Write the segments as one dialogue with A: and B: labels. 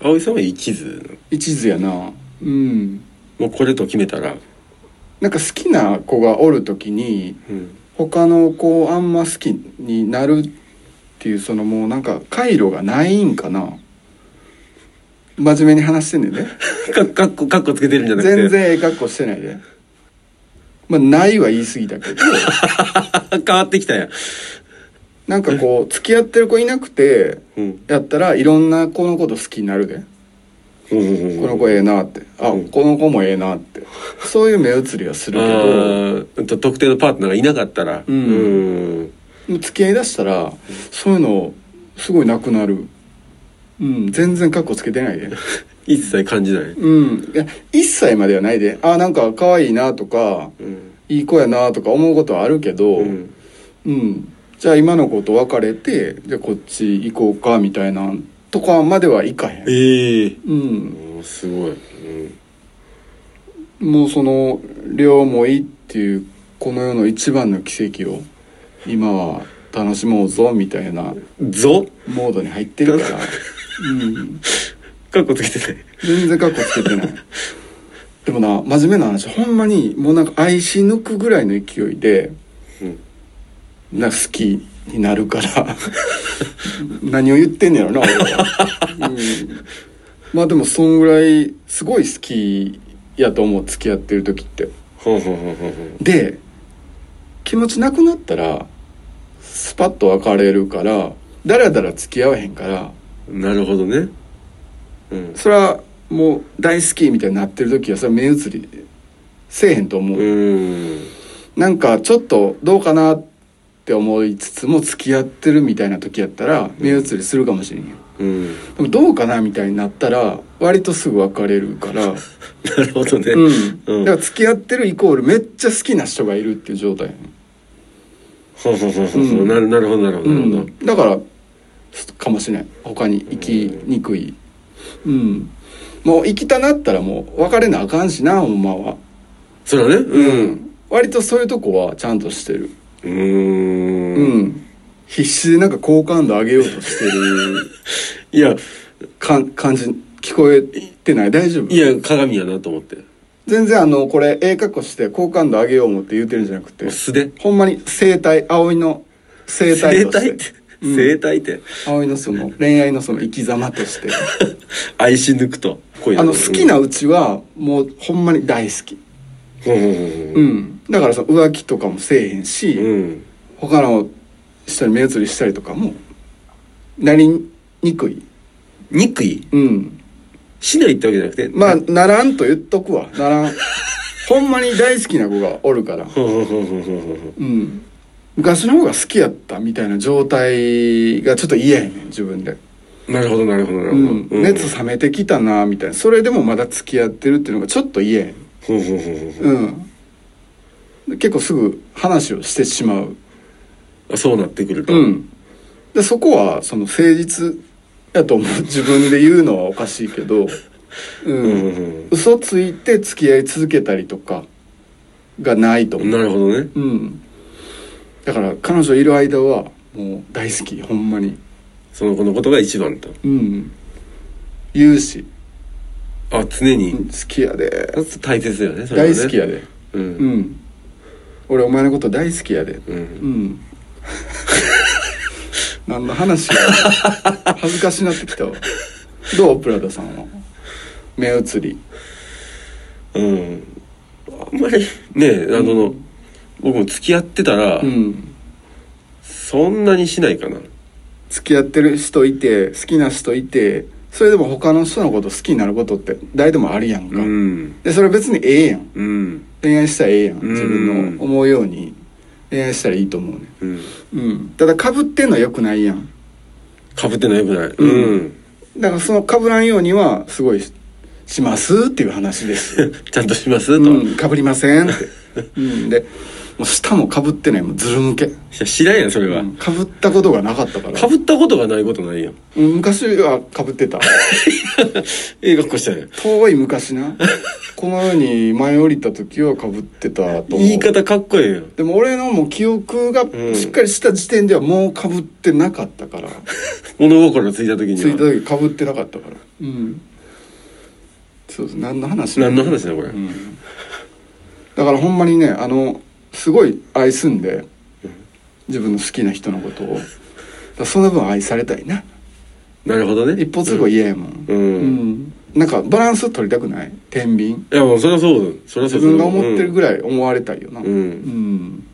A: 葵さんは一途
B: 一途やなうん
A: もうこれと決めたら、
B: なんか好きな子がおる時に
A: うん、
B: 他の子をあんま好きになるっていうそのもうなんか回路がないんかな真面目に話してんねんで
A: かかっこかっこつけてるんじゃなくて
B: 全然ええ格好してないでまあないは言い過ぎたけど
A: 変わってきたやん
B: なんかこう付き合ってる子いなくて
A: うん
B: やったらいろんな子のこと好きになるで
A: うんうんうん
B: この子ええなってあ
A: うん
B: この子もええなってそういう目移りはするけど
A: あーうんと特定のパートナーがいなかったら
B: うん
A: うん
B: もう付き合いだしたらそういうのすごいなくなるうん全然カッコつけてないで
A: 一切感じない、
B: うんいや1歳まではないであなんか可愛いなとか
A: うん
B: いい子やなとか思うことはあるけどう、
A: うんん、
B: じゃあ今の子と別れてじゃあこっち行こうかみたいなとかまではいかへん
A: ええ
B: うん
A: ー、すごい、うん、
B: もうその両思いっていうこの世の一番の奇跡を今は楽しもうぞみたいな
A: ぞ
B: モードに入ってるから うん
A: かっこつけてない
B: 全然カッコつけてないでもな真面目な話ほんまにもうなんか愛し抜くぐらいの勢いで
A: うん
B: なんか好きになるから 何を言ってんねやろな俺は、うん、まあでもそんぐらいすごい好きやと思う付き合ってる時って
A: ほんほんほんほんほん
B: で気持ちなくなったらスパッと別れるからだらだら付き合わへんから
A: なるほどね。うん。
B: それはもう大好きみたいになってる時はそれ目移りせえへんと思
A: う
B: う、
A: ーん。
B: なんかちょっとどうかなって思いつつも付き合ってるみたいな時やったら目移りするかもしれんやん
A: うん。
B: でもどうかなみたいになったら割とすぐ別れる から、
A: なるほどね。
B: うん、
A: うん。
B: だから付き合ってるイコールめっちゃ好きな人がいるっていう状態やね
A: ほうほうほうほう
B: うん
A: なるなるほどなるほど
B: う
A: なるほど。
B: ん、だからかもしれない他に行きにくいうん、もう行きたなったらもう別れなあかんしなほんまは
A: それはね。うん。
B: 割とそういうとこはちゃんとしてる
A: う
B: う
A: ー
B: ん、
A: ん。
B: 必死でなんか好感度上げようとし てる
A: いや、
B: か感じ聞こえてない大丈夫
A: いや、鏡やなと思って。
B: 全然あのこれええ格好して好感度上げよう思って言うてるんじゃなくて
A: もう素で。
B: ほんまに生態葵の生態
A: 生
B: として
A: 体って。生体って。
B: 葵のその恋愛のその生き様 として
A: 愛し抜くと。恋だ
B: あ
A: と
B: の好きな。うちはもうほんまに大好き、
A: ほうほうほう
B: う
A: ほう。
B: ん、だからさ浮気とかもせえへんし、
A: うん。
B: 他の人に目移りしたりとかもなりにくい、
A: 憎い
B: うん、
A: しないってわけじゃなくて。
B: まあ
A: ほ
B: ならんと言っとくわならんほんまに大好きな子がおるから、
A: うほうほうほうほうほう。
B: うん、昔の方が好きやったみたいな状態がちょっと嫌やねん自分で、
A: なるほどなるほどなる
B: う
A: ほど
B: ん。
A: うん
B: 熱冷めてきたなみたいなそれでもまだ付き合ってるっていうのがちょっと嫌やねん
A: ほうほうほうほうほう。
B: うん、結構すぐ話をしてしまう、
A: あそうなってくると。
B: うん、でそこはその誠実やと思う自分で言うのはおかしいけど、う
A: うんんうん
B: 嘘ついて付き合い続けたりとかがないと
A: う
B: 思
A: ん。
B: う、
A: なるほどね。
B: うん、だから彼女いる間はもう大好きほんまに、
A: その子のことが一番と。
B: うん、言うし、
A: あ、常
B: う
A: に
B: ん。好きやで
A: 大切だよね、それはね
B: 大好きや。で、
A: う。
B: うんん、俺お前のこと大好きやで
A: うん。
B: うん 何の話や恥ずかしなってきたわどうプラダさんは目移り
A: うん。あんまり、ねあの、
B: うん
A: 僕も付き合ってたら、
B: うん
A: そんなにしないかな。
B: 付き合ってる人いて好きな人いてそれでも他の人のこと好きになることって誰でもあるやん
A: う
B: か、
A: ん。
B: でそれ別にええやん
A: うん。
B: 恋愛したらええやん
A: うん
B: 自分の思うように恋愛したらいいと思うね
A: うん。
B: うんただかぶってんのは良くないやん
A: かぶってないくない。
B: う
A: うんん。
B: だからそのかぶらんようにはすごいし しますっていう話です
A: ちゃんとしますと。
B: うん、かぶりませんって、うん、でう舌もかぶってないもうずるむけ
A: いや知らんやんそれは、
B: かぶったことがなかったから
A: かぶったことがないことないやん
B: うん昔はかぶってた
A: ええ格好したやん
B: 遠い 昔なこの世に前降りた時はかぶってたと思う
A: 言い方かっこええやん
B: でも俺のもう記憶が
A: ん
B: しっかりした時点ではもうかぶってなかったから、
A: 物心ついた時に
B: ついた
A: は
B: 時かぶってなかったからうんそうです何の話
A: 何の話だこれ、
B: うんだからほんまにねあのすごい愛すんで自分の好きな人のことをだからその分愛されたいな
A: なるほどね
B: 一方通行嫌やもん
A: うん、
B: うんなんかバランス取りたくない天秤
A: いやもうそりゃそうだそりゃそ
B: 自
A: うだ
B: 分が思ってるぐらい思われたいよな
A: うん、うん
B: うん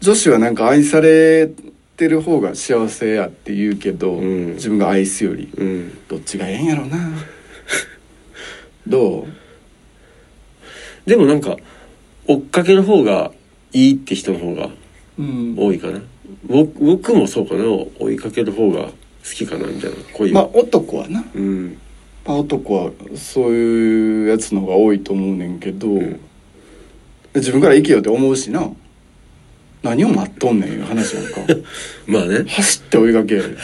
B: 女子はなんか愛されてる方が幸せやって言うけど、
A: うん
B: 自分が愛すより
A: うん
B: どっちがええんやろ うなどう
A: でもなんか追っかけの方がいいって人の方が
B: うん
A: 多いかな僕僕もそうかな追いかける方が好きかなみたいな恋
B: まあ
A: は、
B: 男はな、
A: うん
B: まあ、男はそういうやつの方が多いと思うねんけど、
A: ん
B: 自分から生きようって思うしな 何を待っとんねんいう話やんか
A: まあね
B: 走って追いかける